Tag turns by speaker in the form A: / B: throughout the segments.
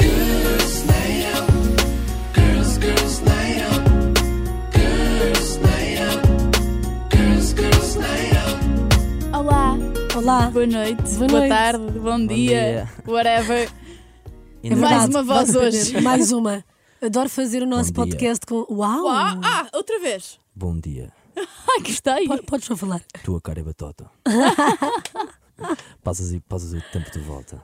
A: Girls night out. Girls, girls night out. Girls night out. Girls, girls night out.
B: Olá,
C: Olá!
B: boa noite,
C: Boa
B: boa,
C: noite.
B: tarde, bom, dia, whatever.
C: é
D: E não-
B: Mais uma voz hoje.
C: Mais uma. Adoro fazer o nosso
D: Bom dia.
C: podcast com. Uau!
B: Ah, ah, outra vez.
D: Bom dia,
B: Ai, gostei.
C: Po- Podes só falar.
D: tua cara é batota. passas, e, passas o tempo de volta.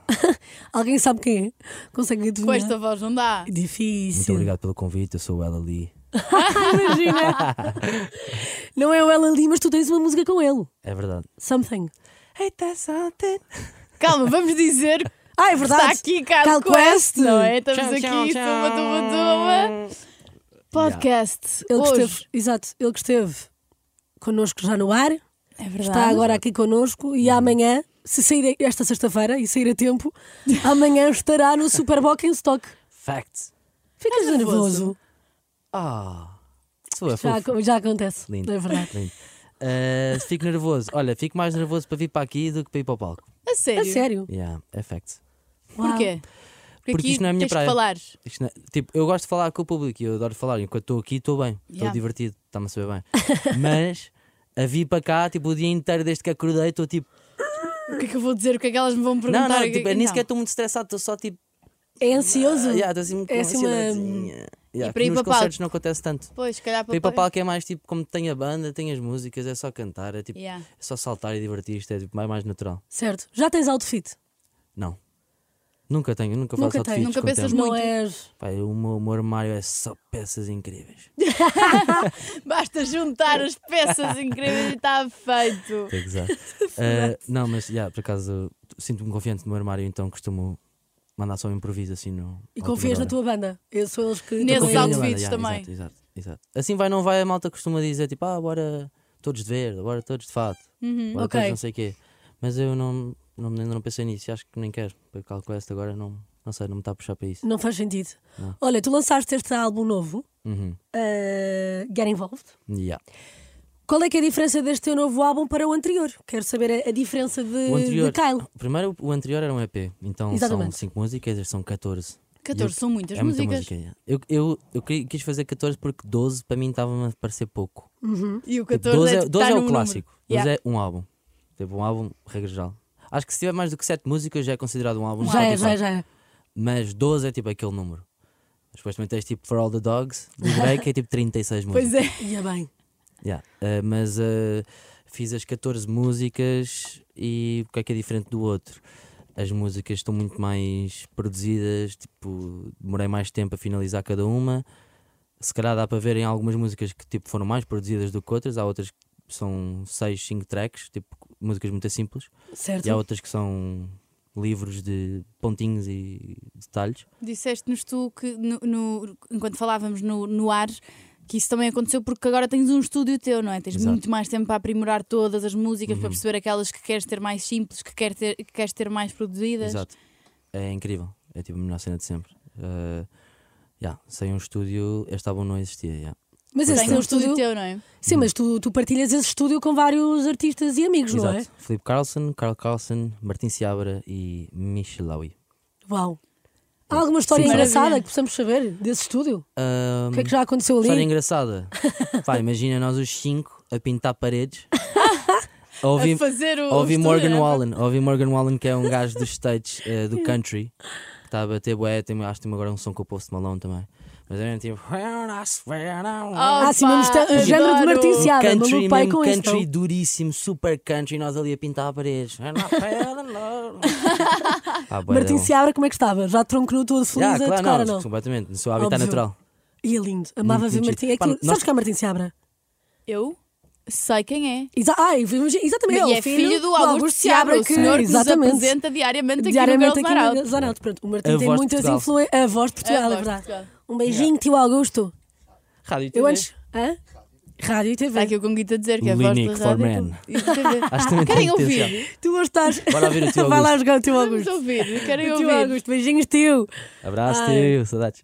C: Alguém sabe quem é? Consegue adivinhar?
B: Com esta voz não dá.
C: Difícil.
D: Muito obrigado pelo convite, eu sou o Ela Lee.
C: Imagina. Não é o Ela Lee, mas tu tens uma música com ele.
D: É verdade.
C: Something.
D: Hey, that's something.
B: Calma, vamos dizer que
C: Ah, é verdade.
B: está aqui Carl
C: Cal
B: Quest,
C: Quest.
B: não é? Estamos
D: Tchau,
B: aqui,
D: tchau,
B: tuba,
D: tchau.
B: tuba, tuba. Podcast
C: Ele que
B: hoje.
C: esteve, exato, ele que esteve connosco já no ar,
B: É verdade.
C: está agora aqui connosco
D: Hum.
C: e amanhã, se sair esta sexta-feira e sair a tempo, amanhã estará no Superboc em stock.
D: Facts.
C: Ficas
B: É nervoso.
C: nervoso.
D: Ah, sou a
C: Já,
D: fofo.
C: ac- já acontece.
D: Lindo.
C: É verdade.
D: Lindo. Ah, fico nervoso. Olha, fico mais nervoso para vir para aqui do que para ir para o palco.
B: A sério.
C: A sério.
D: Yeah, é facts.
C: Uau.
B: Porquê? Porque,
D: Porque
B: aqui
D: isto não é a minha
B: tens
D: praia.
B: de falar.
D: Isto não- tipo, eu gosto de falar com o público e eu adoro falar. Enquanto estou aqui, estou bem, estou
B: Yeah.
D: divertido, está-me a saber bem. Mas a vir para cá, tipo, o dia inteiro desde que acordei, estou tipo.
B: O que é que eu vou dizer? O que é que elas me vão perguntar?
D: Não, não,
B: O que é
D: tipo,
B: que-
D: nem
B: não.
D: sequer estou muito estressado, estou só tipo.
C: É ansioso?
D: ah, yeah, estou assim muito
C: É assim uma-
D: ansiosinha. Yeah,
B: E para
D: que
B: ir
D: nos
B: para palco?
D: concertos não acontece tanto.
B: Pois, se calhar
D: Para ir para palco é mais tipo, como tem a banda, tem as músicas, é só cantar, é tipo,
B: Yeah.
D: é só saltar e divertir-te, é tipo, mais, mais natural.
C: Certo. Já tens outfit?
D: Não. Nunca tenho, nunca faço
C: Nunca tens.
D: outfits
B: Nunca
D: com
B: pensas
D: tempo.
B: Muito.
C: Não és.
D: Pá, o meu, o meu armário é só peças incríveis.
B: Basta juntar as peças incríveis e está feito.
D: Tem que usar. Eh, não, mas yeah, por acaso sinto-me confiante no meu armário, então costumo mandar só um improviso assim
C: E
D: no. à última
C: confias na
D: hora.
C: tua banda? Eu sou eles que.
B: Nesses
C: também- é
D: Confio na minha
B: outfits
D: banda,
B: também.
D: Exato, exato, exato. Assim vai, não vai, a malta costuma dizer tipo, ah, bora todos de verde, bora todos de fato, bora
C: Ok.
D: todos não sei o quê. Mas eu não, não, ainda não pensei nisso, e acho que nem quero, porque calculo esta agora, não, não sei, não me está a puxar para isso.
C: Não faz sentido. Olha, tu lançaste este álbum novo,
D: Uhum.
C: eh, Get Involved.
D: Yeah.
C: Qual é que é a diferença deste teu novo álbum para o anterior? Quero saber a, a diferença de,
D: O anterior,
C: Eh, de Kyle.
D: primeiro, o anterior era um EP, então são
C: Exatamente.
D: 5 músicas, estas são 14.
B: 14 são muitas
D: é muita
B: músicas.
D: música. yeah. Eu, eu, eu queria- quis fazer 14 porque 12 para mim estava-me a parecer pouco.
B: E o
D: Tipo,
B: 14
D: 12
B: é,
D: é,
B: tá
D: 12 é
B: num
D: o
B: número.
D: clássico, 12
B: Yeah.
D: é um álbum. Tipo, um álbum, regra geral. Acho que se tiver mais do que 7 músicas já é considerado um álbum. no
C: Já é, já
D: Spotify.
C: é, já é.
D: Mas 12 é tipo aquele número. Mas depois também tens tipo For All the Dogs, do Drake, que é tipo 36 músicas.
B: Pois é.
C: Ia bem.
D: Yeah. Uh, mas uh, fiz as 14 músicas e o que é que é diferente do outro? As músicas estão muito mais produzidas, tipo, demorei mais tempo a finalizar cada uma. Se calhar dá para ver em algumas músicas que tipo, foram mais produzidas do que outras, há outras que são 6, 5 tracks, tipo músicas muito simples,
C: Certo.
D: e há outras que são livros de pontinhos e detalhes.
B: Disseste-nos tu que, no, no- enquanto falávamos no, no ar, que isso também aconteceu porque agora tens um estúdio teu, não é? Tens
D: Exato. Uhum.
B: muito mais tempo para aprimorar todas as músicas, para perceber aquelas que queres ter mais simples, que, quer ter, que queres ter mais produzidas.
D: Exato. É incrível. É tipo a melhor cena de sempre. Uh, yeah, Sem um estúdio, este álbum não existia. yeah.
C: Mas esse
B: Tens um
C: teu
B: estúdio
C: estúdio.
B: teu, não é?
C: Sim, mas tu, tu partilhas esse estúdio com vários artistas e amigos, não é?
D: Exato. Filipe Carlson, Carl Carlson, Martin Seabra e Michelawi.
C: Uau. Há alguma história
B: Sim.
C: engraçada
B: Maravilha.
C: que possamos saber desse estúdio?
D: Um,
C: O que é que já aconteceu
D: História
C: ali?
D: engraçada. Pá, imagina nós os cinco a pintar paredes. A
B: a
D: ouvir,
B: fazer o.
D: a ouvir
B: o
D: Morgan
B: estúdio,
D: Wallen. a ouvir Morgan Wallen, que é um gajo dos States, eh, do country. Que está a bater bué. Tem, acho que tem agora um som com o Post Malone também. Mas era tipo. When I swear I
B: não é?
C: Ah, sim,
B: Opa,
C: mesmo está-
B: adoro.
C: género de Martin Seabra. piada, mas
D: country,
C: o pai
D: mesmo
C: com este,
D: country
C: não.
D: duríssimo, super country, nós ali a pintar paredes. ah, bué
C: Martin
D: dele.
C: Seabra, como é que estava? Já tronco todo feliz
D: Ah,
C: a
D: claro,
C: tocar
D: não,
C: ou não?
D: completamente, no seu habitat
C: Óbvio.
D: natural.
C: E é lindo. Amava
D: Muito,
C: ver
D: muito
C: Martim.
D: giro.
C: Aquilo-
D: Pá, nós-
C: Sabes que é Martim Seabra?
B: Eu? Sei quem é.
C: Exa ai, vimos- exatamente.
B: e é filho do Augusto Seabra, o
C: que-
B: senhor que nos
C: exatamente,
B: apresenta diariamente aqui
C: diariamente
B: diariamente no Girls Night
C: aqui na
B: Out.
C: Girls Night Out. Pronto, o Martim
D: A
C: tem
D: voz de
C: muitas
D: Portugal.
C: influências. A voz de
B: A
C: Portugal,
B: voz de
C: é verdade.
B: Portugal.
C: Um beijinho, tio Augusto.
D: Rádio e TV.
C: Eu antes. Hã? Rádio e
B: Está
C: TV.
B: Tá aqui o Conguito a dizer que é a voz
D: Linique
B: da
D: for
B: rádio. e
D: men.
B: tudo. E TV.
D: Acho que também
B: Querem
D: tem potencial.
B: ouvir?
C: Tu hoje estás.
D: Bora ouvir o
C: Vai
D: tio
C: lá
D: Augusto.
C: jogar o tio
B: Vamos
C: Augusto.
B: ouvir, querem
C: O tio
B: ouvir.
C: Augusto, beijinhos, tio.
D: Abraço,
C: Ai.
D: tio. Saudades.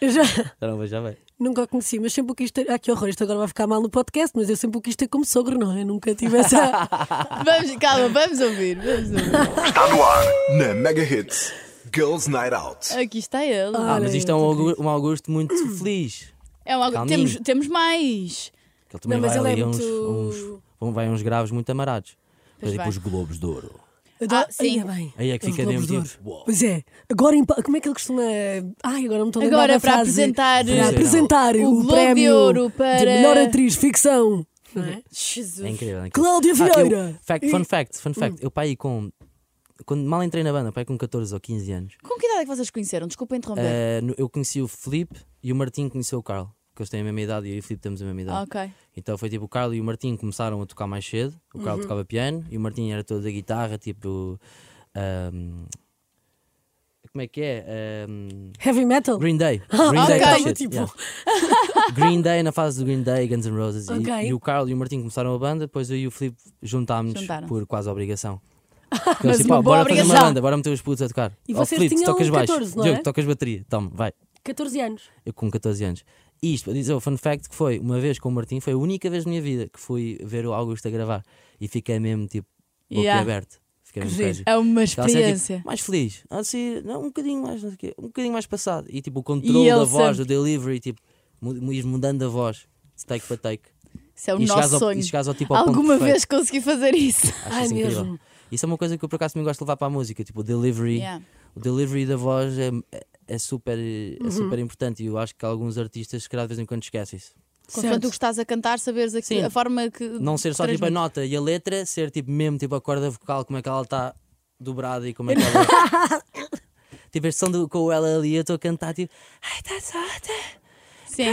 C: Eu já
D: Já não vejo, já bem.
C: nunca o conheci, mas sempre o quis ter. Ah, que horror, isto agora vai ficar mal no podcast, mas eu sempre o quis ter como sogro, não é? Eu nunca tive essa.
B: Vamos, calma, vamos ouvir, vamos ouvir.
E: Está no ar, na Mega Hits. Girls Night Out.
B: Aqui está ele.
D: Ah, mas
C: Olha,
D: isto é um Augusto, um Augusto muito feliz.
B: É um algo-
D: Calminho.
B: temos, temos mais.
D: Que ele também
C: Não, mas
D: vai
C: ele
D: ali
C: é
D: a uns,
C: muito-
D: uns- vão- vai a uns graves muito amarados. Mas
B: vai.
D: tipo os Globos de Ouro.
C: Adoro-
B: Ah, sim.
C: Ai, bem.
D: Aí é que
C: Os
D: fica
C: Globos
D: mesmo
C: de
D: tipo,
C: Ouro.
D: uau.
C: Pois é, agora em pa- como é que ele costuma. Ai, agora não me estou a lembrar
B: Agora,
C: da
B: para
C: frase.
B: apresentar,
D: Sim.
C: Para apresentar
B: O
C: o,
B: Globo de
C: prémio
B: Ouro para-
C: de melhor atriz ficção. Não é?
B: Jesus.
D: É incrível, é incrível.
C: Cláudia
D: Ah, eu-
C: Vieira. Hum.
D: fact, fun fact, fun fact. Eu pai com. Quando mal entrei na banda, pai com 14 ou 15 anos,
B: Com que idade é que vocês conheceram? Desculpa interromper.
D: eh, no- eu conheci o Felipe e o Martim conheceu o Carl, que eles têm a mesma idade e eu e o Felipe temos a mesma idade.
B: Ah, ok.
D: Então foi tipo o Carlos e o Martim começaram a tocar mais cedo. O Carlos tocava piano e o Martim era todo da guitarra, tipo. ahm, como é que é? Ahm,
C: Heavy metal?
D: Green Day. Green
B: ok.
D: Day,
B: Tava
D: type shit,
C: tipo-
D: yeah. Green Day na fase do Green Day, Guns N' Roses. E-
C: Ok.
D: E, o Carlos e o Martim começaram a banda, depois eu e o Filipe juntámos
B: Juntaram-se.
D: por quase obrigação.
B: Mas
D: Eles, tipo,
B: uma
D: "Ah,
B: boa
D: bora fazer uma
B: obrigação."
D: banda, bora meter os putos a tocar.
C: E
D: "Oh,
C: vocês
D: Filipe, tu
C: tinham
D: tocas baixo.
C: 14, não
D: Diogo,
C: é?
D: tocas bateria. Toma, vai.
C: 14 anos.
D: Eu com 14 anos. E Isto, para dizer o fun fact que foi, uma vez com o Martim, foi a única vez na minha vida que fui ver o Augusto a gravar e fiquei mesmo tipo boca
B: Yeah.
D: aberto. Fiquei mesmo
C: giro.
D: crazy.
B: É uma
D: Estava a ser, tipo,
B: experiência.
D: mais feliz, assim, não, um bocadinho mais, não sei o quê, um bocadinho mais passado. E tipo, o controle
B: ele
D: da voz,
B: sempre-
D: do delivery, tipo, mu- ires mudando a voz, de take para take.
B: Isso é o
D: e chegares
B: nosso
D: ao-
B: sonho.
D: e chegares ao tipo ao ponto
B: Alguma
D: perfeito.
B: vez consegui fazer isso.
D: Acho
C: Ai,
D: isso incrível.
C: mesmo.
D: Isso é uma coisa que eu por acaso me gosto de levar para a música, tipo, o delivery.
B: Yeah.
D: O delivery da voz é, é- é super, é
B: Uhum.
D: super importante e eu acho que alguns artistas, se calhar, de vez em quando esquecem isso.
B: Consoante o que estás a cantar, saberes a, que-
D: Sim.
B: a forma que.
D: Não ser só tipo a
B: transmite.
D: nota e a letra, ser tipo mesmo tipo a corda vocal, como é que ela está dobrada e como é que ela. tipo, este som do, com ela ali, eu estou a cantar tipo. Ai, tá sorte!
B: Sim.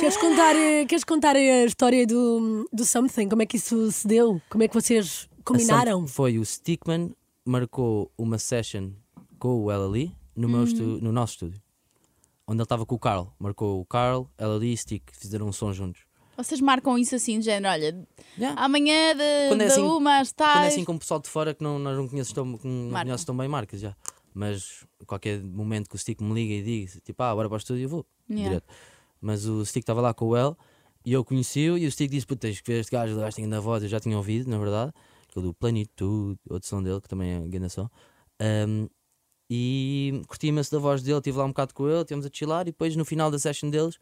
C: Queres contar, eh, queres contar a história do, do Something? Como é que isso se deu? Como é que vocês combinaram?
D: Ação- Foi o Stickman marcou uma session com o Ela Lee no,
B: Hum.
D: meu estu- no nosso estúdio. Onde ele estava com o Carl. Marcou o Carl, Ela Lee e Stick. Fizeram um som juntos.
B: Vocês marcam isso assim, de género, olha,
D: Yeah.
B: amanhã de,
D: Quando é
B: da
D: assim-
B: uma às
D: Quando é
B: tais.
D: assim com o pessoal de fora que não, nós não conheces tão, que não
B: Marcam.
D: conheces tão bem marcas já. Mas qualquer momento que o Stick me liga e diga tipo, ah, agora para o estúdio eu vou.
B: Yeah.
D: Direto. Mas o Stick estava lá com o El e eu conheci-o e o Stick disse, puta, tens que ver este gajo, o gajo tem grande voz, eu já tinha ouvido, na verdade. Aquele do Planitude, outro som dele, que também é grande som. Ahm, e curti imenso da voz dele, estive lá um bocado com ele, estivemos a chilar e depois no final da session deles,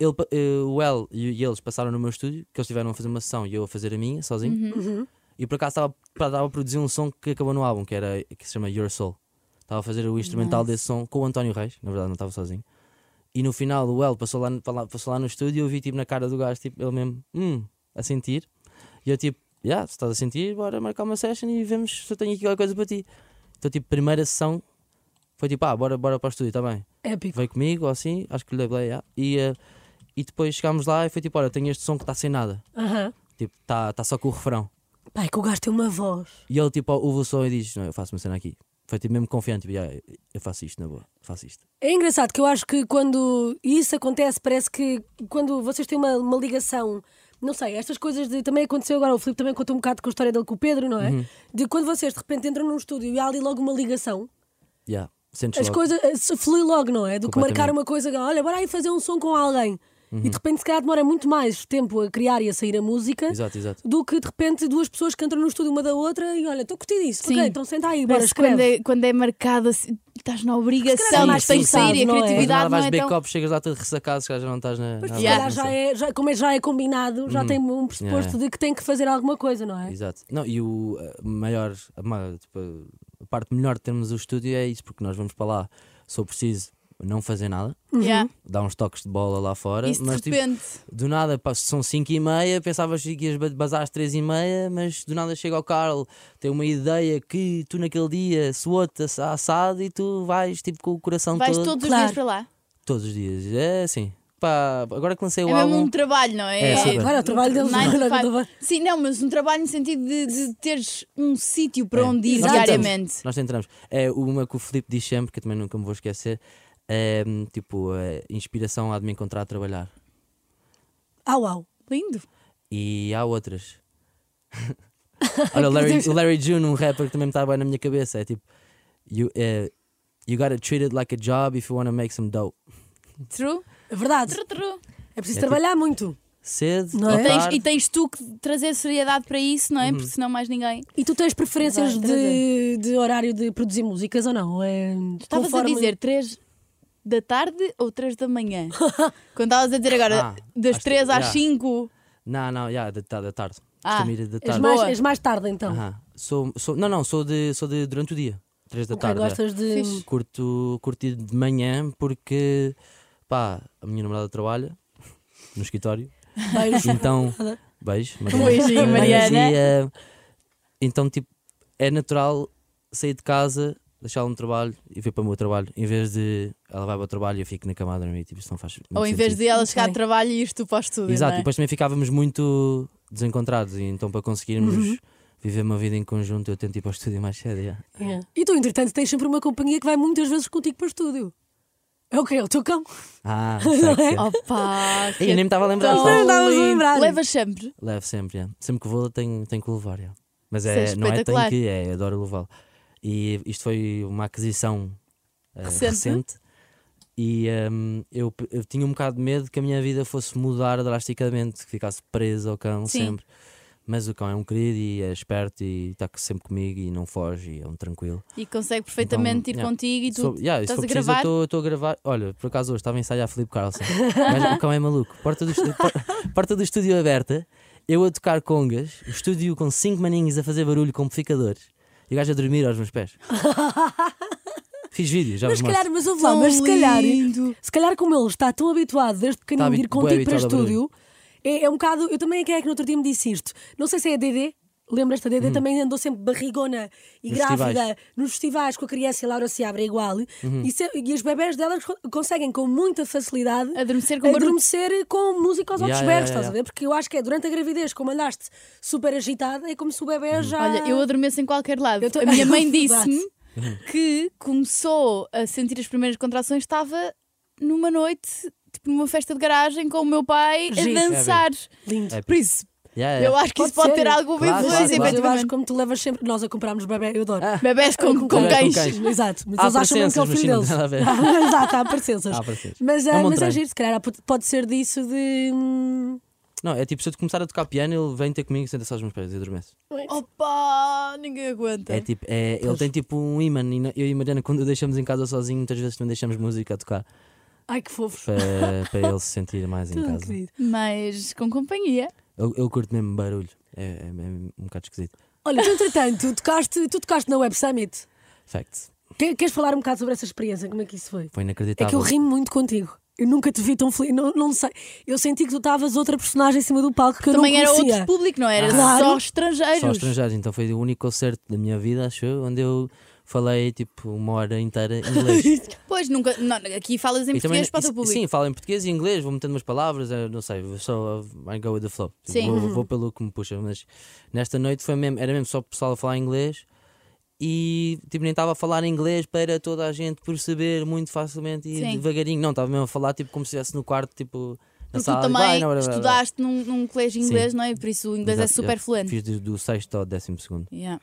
D: ele, pa- eh, o El e, e eles passaram no meu estúdio, que eles tiveram a fazer uma sessão e eu a fazer a minha, sozinho. E por acaso estava pra- estava a produzir um som que acabou no álbum, que, era, que se chama Your Soul. Estava a fazer o instrumental desse som com o António Reis, na verdade não estava sozinho. E no final o El passou lá, no- pa- lá- passou lá no estúdio e eu vi tipo na cara do gajo, tipo, ele mesmo, hum, a sentir. E eu tipo, yeah, se estás a sentir, bora marcar uma session e vemos se eu tenho aqui qualquer coisa para ti. Então tipo, primeira sessão foi tipo, ah, bora, bora para o estúdio, está bem.
C: Épico.
D: Veio comigo ou assim, acho que lhe dei, yeah. e, eh, e depois chegámos lá e foi tipo, olha, tenho este som que está sem nada.
C: Aham.
D: Tipo, está tá só com o refrão.
C: Pai, que o gajo tem uma voz.
D: E ele tipo ouve o som e diz: Não, eu faço uma cena aqui. Foi tipo mesmo confiante, tipo, "Yeah, eu faço isto na boa, faço isto.
C: É engraçado que eu acho que quando isso acontece, parece que quando vocês têm uma, uma ligação, não sei, estas coisas de, também aconteceu agora, o Filipe também contou um bocado com a história dele com o Pedro, não é?
D: Uhum.
C: De quando vocês de repente entram num estúdio e há ali logo uma ligação,
D: Yeah. Sentes
C: as
D: logo.
C: coisas eh, se flui logo, não é? Do que
D: Completamente. Uhum.
C: marcar uma coisa, olha, bora aí fazer um som com alguém. E de repente se calhar demora muito mais tempo a criar e a sair a música
D: Exato, exato.
C: do que de repente duas pessoas que entram no estúdio uma da outra e olha, estou a curtir isso,
B: Sim.
C: ok, então senta aí, bora
B: Parece que quando
C: escrever.
B: é, quando é marcado assim, estás na
C: calhar é
B: obrigação,
C: mais
B: mas tem que sair e a
C: pensado, não é?
D: Mas nada,
B: criatividade não
D: vais
B: é
D: beber
B: tão...
D: copos, chegas lá todo ressacado, se calhar já não estás na. na
C: Se
B: Yeah.
C: calhar já é, já, como é, já é combinado, já tem um pressuposto
D: Hum. Yeah, yeah.
C: de que tem que fazer alguma coisa, não é?
D: Exato. Não, e o eh, maior, a, ma- tipo, a parte melhor de termos o estúdio é isso, porque nós vamos para lá, se eu preciso não fazer nada,
B: Yeah.
D: dar uns toques de bola lá fora,
B: Isso
D: mas
B: de
D: tipo,
B: repente.
D: Do nada, pá, são 5 e meia, pensavas que ias ba- bazar às 3 e meia, mas do nada chega o Carl, tem uma ideia que tu naquele dia suou-te ass- assado e tu vais tipo com o coração
B: Vais
D: todo.
B: todos os
C: Claro.
B: dias para lá.
D: Todos os dias, é assim. pá, agora que lancei o
B: É mesmo
D: álbum.
B: um trabalho, não é?
D: É, sim,
C: Agora o trabalho deles
B: Nine to
C: agora
B: five.
C: não vai-
B: Sim, não, mas um trabalho no sentido de, de teres um sítio para
D: É.
B: onde ir
D: Nós
B: diariamente.
D: Entramos, nós entramos. É uma que o Filipe diz sempre, que eu também nunca me vou esquecer. É, tipo, é, inspiração há de me encontrar a trabalhar.
C: Au, au.
B: Lindo.
D: E há outras. Olha, o Larry, o Larry June, um rapper que também me está bem na minha cabeça. É tipo, you, eh, you gotta treat it like a job if you wanna make some dough.
B: True.
C: É verdade.
B: True, true.
C: É preciso
D: É
C: trabalhar muito.
D: Cedo,
C: Não
D: ao
C: é?
B: Tens-
D: tarde.
B: e tens tu que trazer seriedade para isso, não é? Porque senão mais ninguém.
C: E tu tens preferências
B: Vai,
C: de, de horário de produzir músicas ou não? É,
B: Estavas
C: conforme-
B: a dizer 3 da tarde ou 3 da manhã? Quando estavas a dizer agora
D: Ah,
B: das
D: acho
B: 3
D: que-
B: às
D: já.
B: 5.
D: Não, não, yeah, da, da, da tarde.
B: Ah,
D: Costumo ir da
C: És
D: tarde.
C: mais,
B: Boa.
C: és mais tarde então.
D: Aham. Sou, sou, não, não, sou de, sou de durante o dia. Três da
C: Ok,
D: tarde. é.
C: gostas de.
B: Fixe.
D: Curto, curto ir de manhã porque, pá, a minha namorada trabalha no escritório.
C: Beijos.
D: Então, beijo, Mariana.
B: Um beijinho, Mariana.
D: Mas, e, eh, então, tipo, é natural sair de casa, deixá-la no trabalho e vir para o meu trabalho, em vez de ela vai para o trabalho e eu fico na camada a dormir, tipo, isso não faz
B: Ou
D: muito
B: em vez
D: sentido.
B: de ela chegar
C: Ok.
B: a trabalho e ires tu para o estúdio.
D: Exato,
B: não é?
D: e depois também ficávamos muito desencontrados, e então para conseguirmos
B: Uhum.
D: viver uma vida em conjunto, eu tento ir para o estúdio mais cedo. yeah.
C: Yeah. E tu, entretanto, tens sempre uma companhia que vai muitas vezes contigo para o estúdio. É o que é o teu cão.
D: Ah, sei que sim.
B: é? Opa! que
D: Ei, eu nem me estava a lembrar,
B: tão
D: sabes?
C: Não estavas a
B: lindo.
C: lembrar.
B: Levas sempre.
D: Levo sempre, yeah. sempre que vou tenho, tenho que o levar. yeah. Mas
B: Isso
D: é,
B: é
D: não é
B: espetacular.
D: tenho que, é, adoro levá-lo. E isto foi uma aquisição eh,
B: Recente. é?
D: recente. E ehm, eu, pe- eu tinha um bocado de medo que a minha vida fosse mudar drasticamente, que ficasse presa ao cão
B: Sim.
D: sempre. Mas o cão é um querido e é esperto e está sempre comigo e não foge e é um tranquilo.
B: E consegue perfeitamente ir
D: Então, yeah.
B: contigo e tu
D: Sou- yeah, se
B: estás
D: for
B: a
D: preciso, eu
B: gravar.
D: estou- eu estou a gravar. Olha, por acaso hoje estava a ensaiar Filipe Carlson. Mas o cão é maluco. Porta do, estu- por- porta do estúdio aberta, eu a tocar congas, o estúdio com cinco maninhos a fazer barulho com amplificadores e o gajo a dormir aos meus pés. Fiz vídeo, já
C: Mas
D: vos
C: se
D: mostro.
C: calhar, mas ouve lá,
B: Tão
C: mas se calhar,
B: lindo.
C: se calhar, como ele está tão habituado desde pequenino de
D: Está
C: ir
D: habitu- Tá bué
C: contigo para o
D: habituado ao barulho.
C: estúdio, é, é um bocado. Eu também, quem é que no outro dia me disse isto? Não sei se é a Dedê. Lembras-te, a Dedê também andou sempre barrigona e
D: Hum. Nos
C: grávida
D: festivais. Uhum.
C: nos festivais com a criança e a Laura se abre igual. E, se- e os bebés delas co- conseguem com muita facilidade
B: Adormecer com barulho.
C: adormecer com música aos
D: Yeah,
C: outros berros,
D: yeah, yeah,
C: estás a
D: yeah.
C: ver? Porque eu acho que é durante a gravidez, como andaste super agitada, é como se o bebê
D: Uhum.
C: já.
B: Olha, eu adormeço em qualquer lado.
C: Eu tô-
B: A minha mãe
C: Verdade.
B: disse-me que começou a sentir as primeiras contrações, estava numa noite, tipo numa festa de garagem com o meu pai
C: Giro.
B: a dançar.
C: Lindo.
D: É,
B: Por isso,
D: yeah,
B: eu
D: yeah.
B: acho que isso
C: Pode
B: pode
C: ser.
B: ter alguma
D: Claro,
B: influência,
C: Mas
D: claro, claro.
C: eu acho
B: efetivamente.
C: que como tu levas sempre. Nós a comprarmos bebê, eu adoro.
B: Bebés com, com
D: Bebés
B: queixo.
D: com queixo.
C: Exato, mas
D: Há
C: eles acham mesmo que é o
D: presenças,
C: filho
D: mas
C: deles.
D: sim, não tem
C: Exato, há parecenças.
D: Há presenças.
C: Mas,
D: É
C: ah,
D: um bom
C: mas é
D: treino.
C: giro, se calhar há- pode ser disso de. hum,
D: Não, é tipo, se eu começar a tocar piano, ele vem ter comigo, senta-se aos meus pés e adormece.
B: Opa, ninguém aguenta.
D: É tipo, é, ele tem tipo um imã. e não- Eu e Mariana, quando o deixamos em casa sozinho, muitas vezes também deixamos música a tocar
C: Ai que fofo.
D: para, para ele se sentir mais em
C: Tão
D: casa.
C: querido.
B: Mas com companhia.
D: Eu, eu curto mesmo barulho. É, é- é um bocado esquisito.
C: Olha, tu, entretanto, tocaste, tu tocaste na Web Summit.
D: Fact.
C: Que- Queres falar um bocado sobre essa experiência? Como é que isso foi? É
D: Foi inacreditável.
C: que eu rimo muito contigo. Eu nunca te vi tão feliz. Não, não sei. Eu senti que tu estavas outra personagem em cima do palco que
B: Também
C: eu
B: era
C: não conhecia.
B: outro público, não era?
C: Claro.
B: Só estrangeiros.
D: Só estrangeiros. Então foi o único concerto da minha vida, acho eu, onde eu falei tipo uma hora inteira inglês.
B: Pois, nunca. não, aqui falas em
D: E também-
B: português para o teu
D: e-
B: público.
D: Sim, falo em português e inglês, vou metendo umas palavras, eh, não sei, vou só I go with the flow. Tipo,
B: Sim. Uhum.
D: Vou, vou pelo que me puxa, mas nesta noite foi mesmo, era mesmo só o pessoal a falar inglês e tipo, nem estava a falar inglês para toda a gente perceber muito facilmente e
B: Sim.
D: devagarinho. Não, estava mesmo a falar tipo como se estivesse no quarto, tipo. Na
B: Porque
D: sala,
B: tu
D: Vai,
B: também
D: não, blá, blá, blá.
B: estudaste num, num colégio
D: Sim.
B: inglês, não é? Por isso o inglês é
D: Exato,
B: super
D: eu
B: fluente.
D: Fiz do, do sexto ao décimo segundo.
B: Yeah.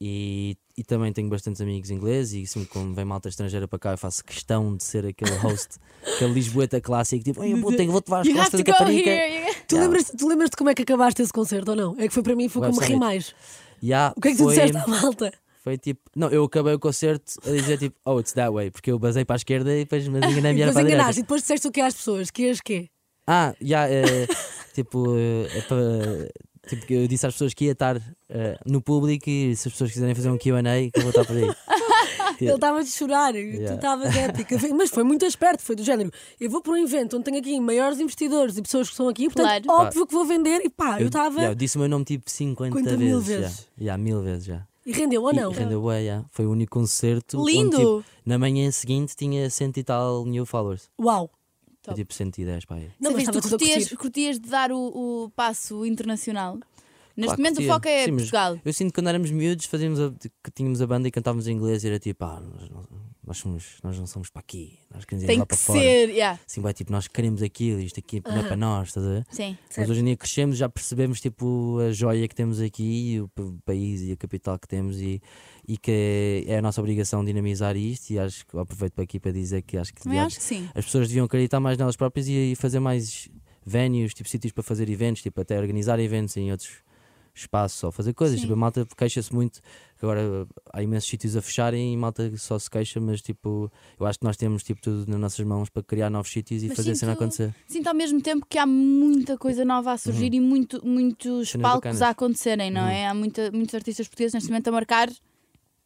D: E, e também tenho bastantes amigos ingleses e sempre quando vem malta estrangeira para cá eu faço questão de ser aquele host, aquele Lisboeta clássico, tipo, "Ei, puta, tenho que vou-te levar às
B: You have
D: costas
B: to
D: da
B: go
D: Caparica.
B: here.
C: Tu lembras-te tu lembras-te como é que acabaste esse concerto ou não? É que foi para mim, foi
D: Web
C: como ri
D: Summit.
C: mais.
D: Yeah,
C: O que é que tu
D: foi,
C: disseste à malta?
D: Foi tipo, não, eu acabei o concerto a dizer tipo, oh, it's that way, porque eu basei para a esquerda e depois mas enganei-me e
C: e
D: era para a
C: depois enganaste
D: direita.
C: e depois disseste o que é às pessoas? Que és quê?
D: Ah, já, eh, tipo, eh, é para- tipo, que eu disse às pessoas que ia estar eh, no público e se as pessoas quiserem fazer um QA, que eu vou estar por aí.
C: Ele estava a chorar, tu
D: Yeah.
C: estavas épica. Mas foi muito esperto, foi do género. Eu vou para um evento onde tenho aqui maiores investidores e pessoas que estão aqui, portanto,
B: Claro.
C: óbvio que vou vender. E pá, eu estava.
D: já, eu disse o meu nome tipo 50
C: Quanto
D: vezes.
C: mil
D: já.
C: vezes?
D: Já, mil vezes já.
C: E rendeu ou
D: E-
C: não?
D: e rendeu bué, já. Foi o único concerto. onde,
B: Lindo!
D: tipo, na manhã seguinte tinha cento e tal new followers.
C: Uau!
D: É tipo 110, pá. aí.
C: Não, mas
B: Sabias,
C: estava
B: tu
C: tudo a
B: curtias,
C: curtir.
B: curtias de dar o, o passo internacional. Neste
D: Claro que
B: momento o
D: curtia.
B: foco é
D: Sim, mas
B: Portugal.
D: Eu sinto que quando éramos miúdos fazíamos a- que tínhamos a banda e cantávamos em inglês e era tipo, ah, nós, não- nós somos, nós não somos para aqui, nós queremos ir
B: Tem
D: lá
B: que
D: para fora.
B: ser. yeah.
D: Assim, vai, tipo, nós queremos aquilo, isto aqui não é para nós, estás a ver?
B: Sim.
D: Mas hoje em dia crescemos, já percebemos tipo, a joia que temos aqui, e o p- país e a capital que temos e, e que é a nossa obrigação dinamizar isto. E acho que aproveito aqui para dizer que acho que,
B: Também
D: devíamos-
B: acho que sim.
D: as pessoas deviam acreditar mais nelas próprias e, e fazer mais venues, tipo sítios para fazer eventos, tipo até organizar eventos em outros espaços ou fazer coisas.
B: Sim.
D: Tipo, a malta queixa-se muito, que agora há imensos sítios a fecharem e a malta só se queixa, mas tipo, eu acho que nós temos tipo tudo nas nossas mãos para criar novos sítios e
B: Mas
D: fazer a cena
B: sinto-
D: acontecer. Uhum.
B: Sinto ao mesmo tempo que há muita coisa nova a surgir e muito, muitos
D: Cenas
B: palcos
D: bacanas. Uhum.
B: a acontecerem, não é? Há muita- muitos artistas portugueses neste momento a marcar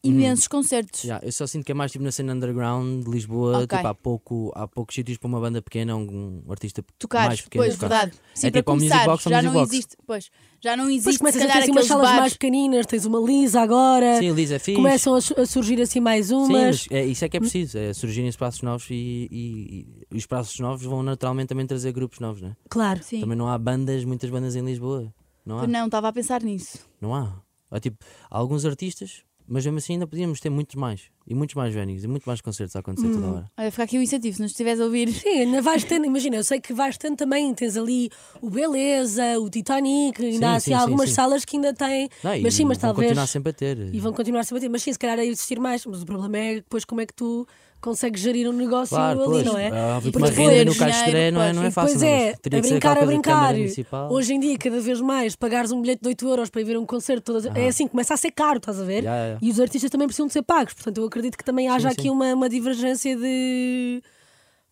B: imensos concertos.
D: Yeah, eu só sinto que é mais tipo na cena underground de Lisboa,
B: Ok.
D: tipo, há, pouco, há poucos sítios para uma banda pequena, um, um artista
B: Tocares,
D: mais pequeno.
B: pois,
D: tocar.
B: verdade. Sim,
D: é
B: para
D: tipo ao
B: começar,
D: music box ao
B: já
D: music
B: não
D: box.
B: existe, pois, já não
C: Depois
B: existe, se
C: começas a
B: calhar,
C: ter assim umas
B: aqueles
C: salas mais
B: bares.
C: pequeninas, tens uma Lisa agora,
D: Sim, Liz é fixe.
C: começam a, su- a surgir assim mais
D: Sim,
C: umas.
D: mas é, isso é que é preciso, é surgirem espaços novos e, e- e os espaços novos vão naturalmente também trazer grupos novos, né?
C: Claro.
B: Sim.
D: Também não há bandas, muitas bandas em Lisboa. Não há.
B: Não, estava a pensar nisso.
D: Não há. Há tipo, há alguns artistas, mas mesmo assim ainda podíamos ter muitos mais. E muitos mais venues e muito mais concertos a acontecer toda hora.
B: Olha, fica aqui o incentivo, se nos estiveres a ouvir.
C: Sim, ainda né? vais tendo, imagina, eu sei que vais tendo também, tens ali o Beleza, o Titanic, ainda há
D: Sim,
C: assim,
D: sim, sim,
C: algumas
D: sim.
C: salas que ainda têm,
D: Não, e
C: mas sim, mas
D: vão
C: talvez.
D: continuar sempre a ter.
C: E vão continuar sempre a ter, mas sim, se calhar a existir mais. Mas o problema é depois como é que tu consegues gerir um negócio
D: Claro,
C: ali,
D: pois.
C: não é? E
D: Ah, uma
C: depois-
D: renda no
B: dinheiro,
D: Castré não é,
B: pois.
D: não é
B: E
D: fácil.
C: Pois
D: não
C: é,
D: Teria
C: a
D: que ser
C: brincar, a
D: qualquer coisa da Câmara
C: brincar.
D: Municipal.
C: Hoje em dia, cada vez mais, pagares um bilhete de 8 euros para ir ver um concerto, todas- é assim, começa a ser caro, estás a ver?
D: Já, já.
C: E os artistas também precisam de ser pagos, portanto, eu acredito que também haja
D: Sim,
C: aqui
D: sim.
C: uma, uma divergência de.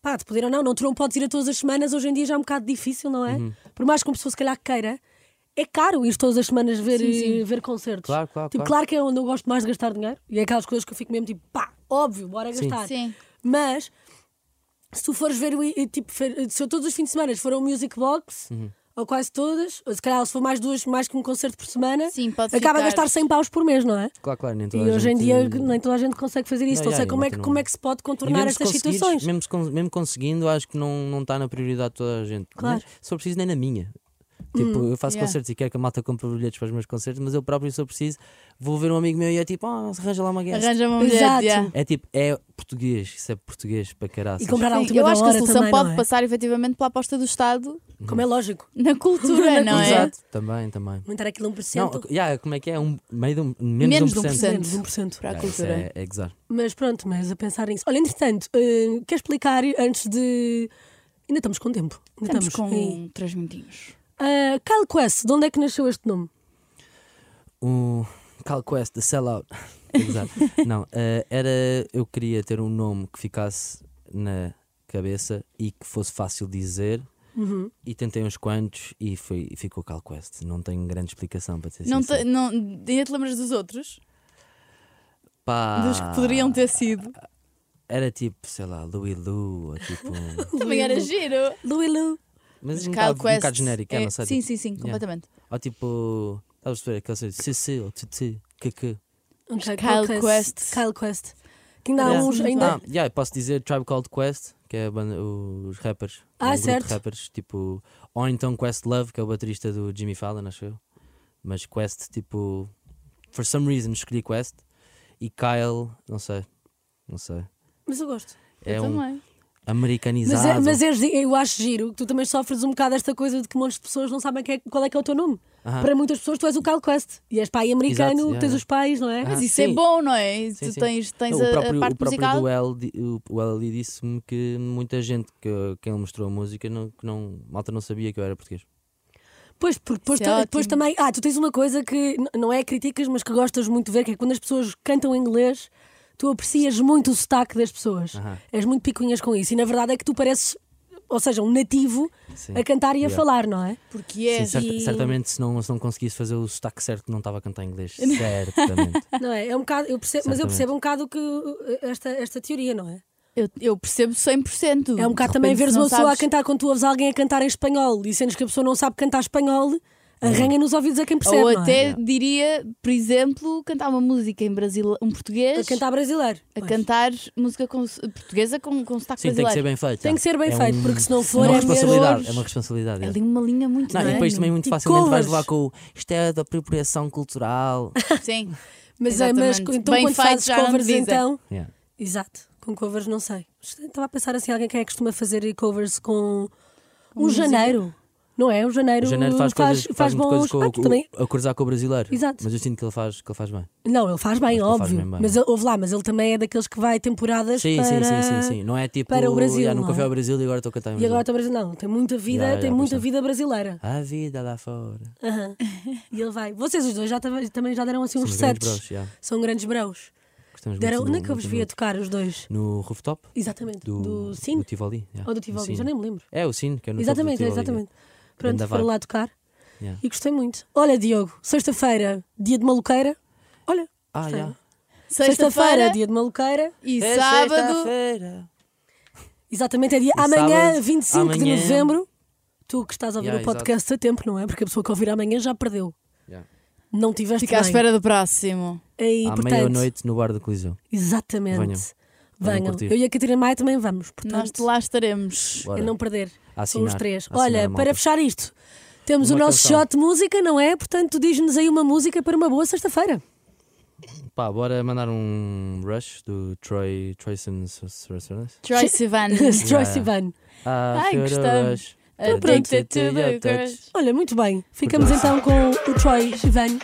C: Pá, de poder ou não, não, tu não podes ir a todas as semanas, hoje em dia já é um bocado difícil, não é?
D: Uhum.
C: Por mais que uma pessoa se calhar queira, é caro ir todas as semanas ver, ver concertos.
D: Claro, claro,
C: Tipo,
D: claro.
C: claro que é onde eu gosto mais de gastar dinheiro, e é aquelas coisas que eu fico mesmo tipo, pá, óbvio, bora gastar.
B: Sim.
C: Mas se tu fores ver, o- e, tipo, fer- se eu todos os fins de semana for ao Music Box,
D: Uhum.
C: ou quase todas, ou se calhar se for mais duas, mais que um concerto por semana,
B: Sim, pode ficar.
C: acaba a gastar 100 paus por mês, não é?
D: Claro, claro, nem
C: E
D: toda a
C: hoje em
D: gente-
C: dia nem toda a gente consegue fazer isso.
D: Não,
C: Não,
D: já,
C: sei
D: eu
C: como é, que,
D: continuo.
C: como é que se pode
D: E
C: contornar
D: mesmo, se
C: estas
D: conseguires,
C: situações.
D: mesmo, se con- mesmo conseguindo, acho que não, não está na prioridade de toda a gente.
C: Claro. Hum,
D: Nem, se for preciso, nem na minha. Tipo, eu faço
B: yeah.
D: concertos e quero que a malta compre bilhetes para os meus concertos, mas eu próprio, se eu preciso, vou ver um amigo meu e é tipo, ah, arranja lá uma guest.
B: Arranja-me um uma mulher.
C: Exato.
B: yeah.
D: É tipo, é português, isso é português para caralho.
C: E comprar à
B: Sim,
C: última
B: eu
C: da
B: acho que a
C: hora
B: solução
C: também,
B: pode
C: não é?
B: passar efetivamente pela aposta do Estado
C: Como é lógico.
B: na cultura,
C: Na
B: não é?
D: Exato, também, também.
C: Aumentar aquilo 1%.
D: Não,
C: Não,
D: yeah, como é que é? Um, meio de um, menos,
B: Menos
D: de
B: de
D: 1%.
B: 1%.
C: menos 1%.
B: Para a
D: Yeah, isso
B: cultura.
D: é, é gozar.
C: Mas pronto, mas a pensar nisso. Olha, entretanto, eh, quer explicar antes de. Ainda estamos com tempo. Ainda
B: Estamos
C: estamos, E,
B: com 3 minutinhos.
C: eh, Kyle Quest, de onde é que nasceu este nome?
D: o Cal um Quest, The Sellout. Exato. Não, eh, era. Eu queria ter um nome que ficasse na cabeça e que fosse fácil dizer.
B: Uhum.
D: E tentei uns quantos e, foi, e ficou Cal Quest. Não tenho grande explicação para dizer
B: Não te, não, ainda te lembras dos outros?
D: Pá,
B: Dos que poderiam ter sido.
D: Era tipo, sei lá, Louis Lu, ou tipo.
B: Também era giro.
C: Louis Lou.
D: Mas um
B: Kyle
D: bocado, um
B: Quest
D: bocado genérico, é, não sei.
B: Sim,
D: tipo-
B: sim, sim,
D: Yeah.
B: completamente.
D: Ou tipo. Estás a perceber? Aquela coisa, CC ou TT, KK.
C: Okay,
B: Kyle Quest.
C: Kyle Quest. Que ainda há
D: Yeah.
C: uns. Ainda...
D: Ah, yeah, eu posso dizer Tribe Called Quest, que é a banda- os rappers.
C: Ah,
D: um grupo
C: certo.
D: De rappers, tipo, ou então Quest Love, que é o baterista do Jimmy Fallon, acho eu. Mas Quest, tipo, for some reason escolhi Quest. E Kyle, não sei, não sei.
C: Mas eu gosto.
D: É
B: Eu
D: um
B: também.
C: Mas,
D: americanizado.
C: é, mas é gi- eu acho giro que tu também sofres um bocado esta coisa de que montes de pessoas não sabem quem é- qual é que é o teu nome.
D: Aham.
C: Para muitas pessoas, tu és o Kyle Quest. E és pai americano,
D: Exato, yeah,
C: tens
D: yeah.
C: os pais, não é?
D: Ah,
B: Mas isso é
D: sim.
B: bom, não é?
D: Sim,
B: tu
D: sim.
B: tens, tens
D: Não,
B: a,
D: o
B: a
D: próprio,
B: parte
D: o próprio
B: musical.
D: Duel, di- o, o El ali disse-me que muita gente que quem ele mostrou a música não, que não, malta não sabia que eu era português.
C: Pois, porque depois,
B: Isso é
C: ta-
B: ótimo.
C: depois também. Ah, tu tens uma coisa que n- não é críticas, mas que gostas muito de ver, que é quando as pessoas cantam em inglês, tu aprecias muito o sotaque das pessoas.
D: Aham.
C: És muito picuinhas com isso. E na verdade é que tu pareces, ou seja, um nativo
D: Sim.
C: a cantar e a
D: Yeah.
C: falar, não é?
B: Porque é.
D: Sim, certa-
C: e-
D: certamente se não, se não conseguisse fazer o sotaque certo, não estava a cantar em inglês. Certamente.
C: Não é? É um bocado, eu percebo, mas eu perebo um bocado que uh, esta, esta teoria, não é?
B: Eu, eu percebo 100%.
C: É um
B: Hum,
C: bocado
B: De
C: também
B: repente,
C: veres
B: se não
C: uma pessoa a
B: sabes-
C: cantar quando tu ouves alguém a cantar em espanhol e sentes que a pessoa não sabe cantar espanhol, Arranhem nos ouvidos a quem percebe.
B: Ou
C: não é?
B: até diria, por exemplo, cantar uma música em Brasil, um português,
C: A cantar brasileiro.
B: a
C: Pois.
B: cantar música com- portuguesa com, com sotaque
D: Sim, tem que ser
B: brasileiro.
D: bem feito.
C: Tem que ser bem
D: É
C: feito,
D: um-
C: porque se não for, é
D: é uma
C: mesmo-
D: responsabilidade. É uma responsabilidade.
B: É
D: é.
B: ali uma linha muito
D: Não,
B: grande.
D: e depois também muito
C: Tipo
D: facilmente vais
C: covers.
D: levar com o isto é da apropriação cultural.
B: Sim.
C: Mas, é, mas
B: Exatamente.
C: então
B: Bem
C: quando
B: feito,
C: fazes
B: já não
C: covers,
B: dizem.
C: então.
D: Yeah.
C: Exato, com covers não sei. Estava a pensar assim, alguém que é que costuma fazer covers com. o
B: música.
C: janeiro, não é? O janeiro,
D: O janeiro faz, coisas,
C: faz,
D: faz muito
C: bons.
D: coisas com,
C: Ah,
D: o-
C: tu também...
D: a cruzar com o brasileiro.
C: Exato.
D: Mas eu sinto que ele faz, que ele faz bem.
C: Não, ele faz bem,
D: Acho que ele faz
C: óbvio.
D: bem bem.
C: Mas ele- ouve lá, mas ele também é daqueles que vai temporadas
D: Sim,
C: para...
D: sim, sim, sim, sim. Não é tipo.
C: para o Brasil,
D: "Ya,
C: não
D: nunca
C: é?
D: fui ao Brasil e agora estou a cantar em
C: E agora
D: Brasil."
C: está brasileiro. Não, tem muita vida,
D: Já, já,
C: tem muita
D: pois é.
C: vida brasileira.
D: A vida lá fora.
C: Aham. e ele vai. Vocês os dois já, tam- também já deram assim uns
D: Somos grandes
C: sets.
D: bros, já.
C: São grandes bros.
D: Gostamos
C: Deram...
D: muito
C: Onde é
D: do-
C: que eu vos
D: do-
C: via tocar os dois?
D: No rooftop?
C: Exatamente. Do,
D: Do,
C: Cine?
D: Do Tivoli. yeah.
C: Ou do Tivoli?
D: Cine.
C: Já nem me lembro.
D: É o Cine, que é no topo do
C: Exatamente,
D: Tivoli,
C: exatamente.
D: Ganda
C: Pronto, foram
D: vibe.
C: lá tocar
D: yeah.
C: e gostei muito. Olha, Diogo, sexta-feira, dia de maluqueira. Olha,
D: Ah,
C: Gostei.
D: já.
C: sexta-feira,
B: Sexta-feira
C: dia de maluqueira.
B: e
D: É
B: sábado.
D: sexta-feira.
C: Exatamente, é dia
D: E
C: amanhã,
D: sábado,
C: 25 de
D: amanhã.
C: novembro. Tu que estás a ouvir
D: Yeah,
C: o podcast a tempo, não é? Porque a pessoa que ouvir amanhã já perdeu.
D: Yeah.
C: Não tiveste
B: Fica à
C: bem.
B: espera do próximo.
C: E,
D: À
C: portanto,
D: meia-noite no bar do Coliseu.
C: Exatamente.
D: Venham. Venham
C: Venham.
D: curtir.
C: Eu e a Catarina Maia também vamos.
B: Nós
C: Portanto,
B: lá estaremos.
D: Bora.
C: a não perder.
D: A
C: São os
D: assinar,
C: três.
D: a assinar
C: Olha,
D: a malta.
C: para fechar isto, temos
D: Uma
C: o nosso
D: canção.
C: shot de música, não é? Portanto, tu diz-nos aí uma música para uma boa sexta-feira.
D: Pá, bora mandar um rush do Troy Troyson Sorceress.
B: Troy Sivan.
C: Troy
D: Yeah.
C: Sivan.
D: Ah,
B: Ai,
D: feel the
B: gostamos.
D: rush.
B: Então pronto.
D: Addicted to your touch.
C: Olha, muito bem. Ficamos
D: Muito
C: então com o Troy Sivan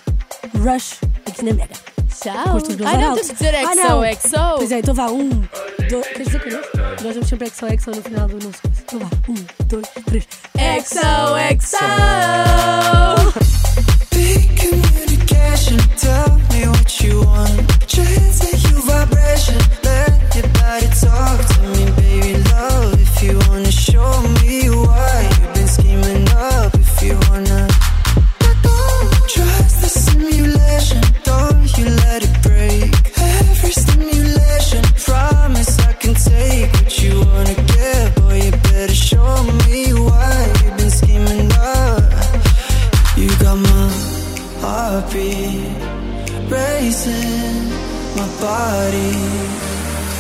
C: Rush aqui na Mega.
B: Tchau.
C: Com os teus dois
B: Ah, não,
C: arautos.
B: temos que dizer
C: Ah,
B: XO,
C: não.
B: XO.
C: Pois é, então vá, um, dois. Queres dizer connosco? Nós vamos sempre XO, XO no final do nosso. coisa. Então vá, um, dois, três.
B: XO, XO.
A: Big communication, tell me what you want. Transmit your vibration, let your body talk to me, baby love. If you wanna show me why you've been scheming up, if you wanna. Trust the simulation, don't you let it break. Every stimulation, promise I can take what you wanna get. Boy, you better show me why you've been scheming up. You got my heartbeat racing, my body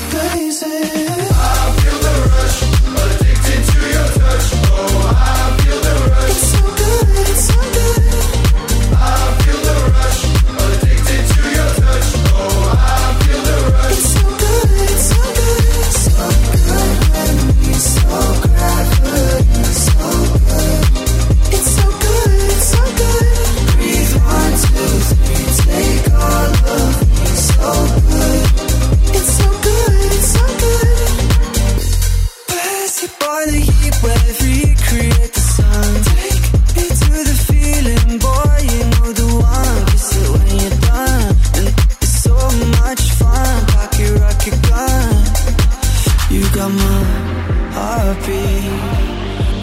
A: blazing. I Oh, feel the rush, addicted to your touch. Oh, I feel the rush. It's so good, it's so good. It's so good, it's so good, it's so good. It's so good, it's so good. It's so good, it's so good. Breathe one, two, three, take all of me. So good. It's so good, it's so good. Pass it by the heat wave, recreate the sun. Take me to the feeling, boy, you know the one. Kiss it when you're done. And it's so much fun. Pocket rocket gun. You got my heartbeat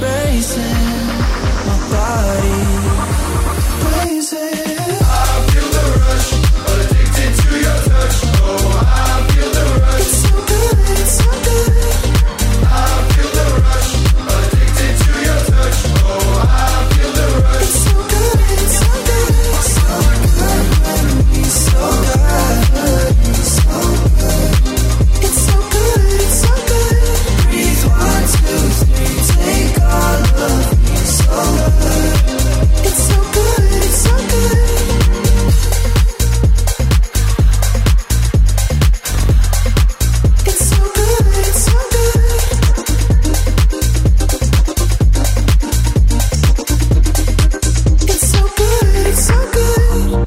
A: racing, my body blazing. It's so good, it's so good. It's so good, it's so good, it's so good. It's so good, it's so good. It's so good, it's so good. Breathe one, two, three, take all of me. So good. It's so good, it's so good. It's so good, it's so good. It's so good, it's so good.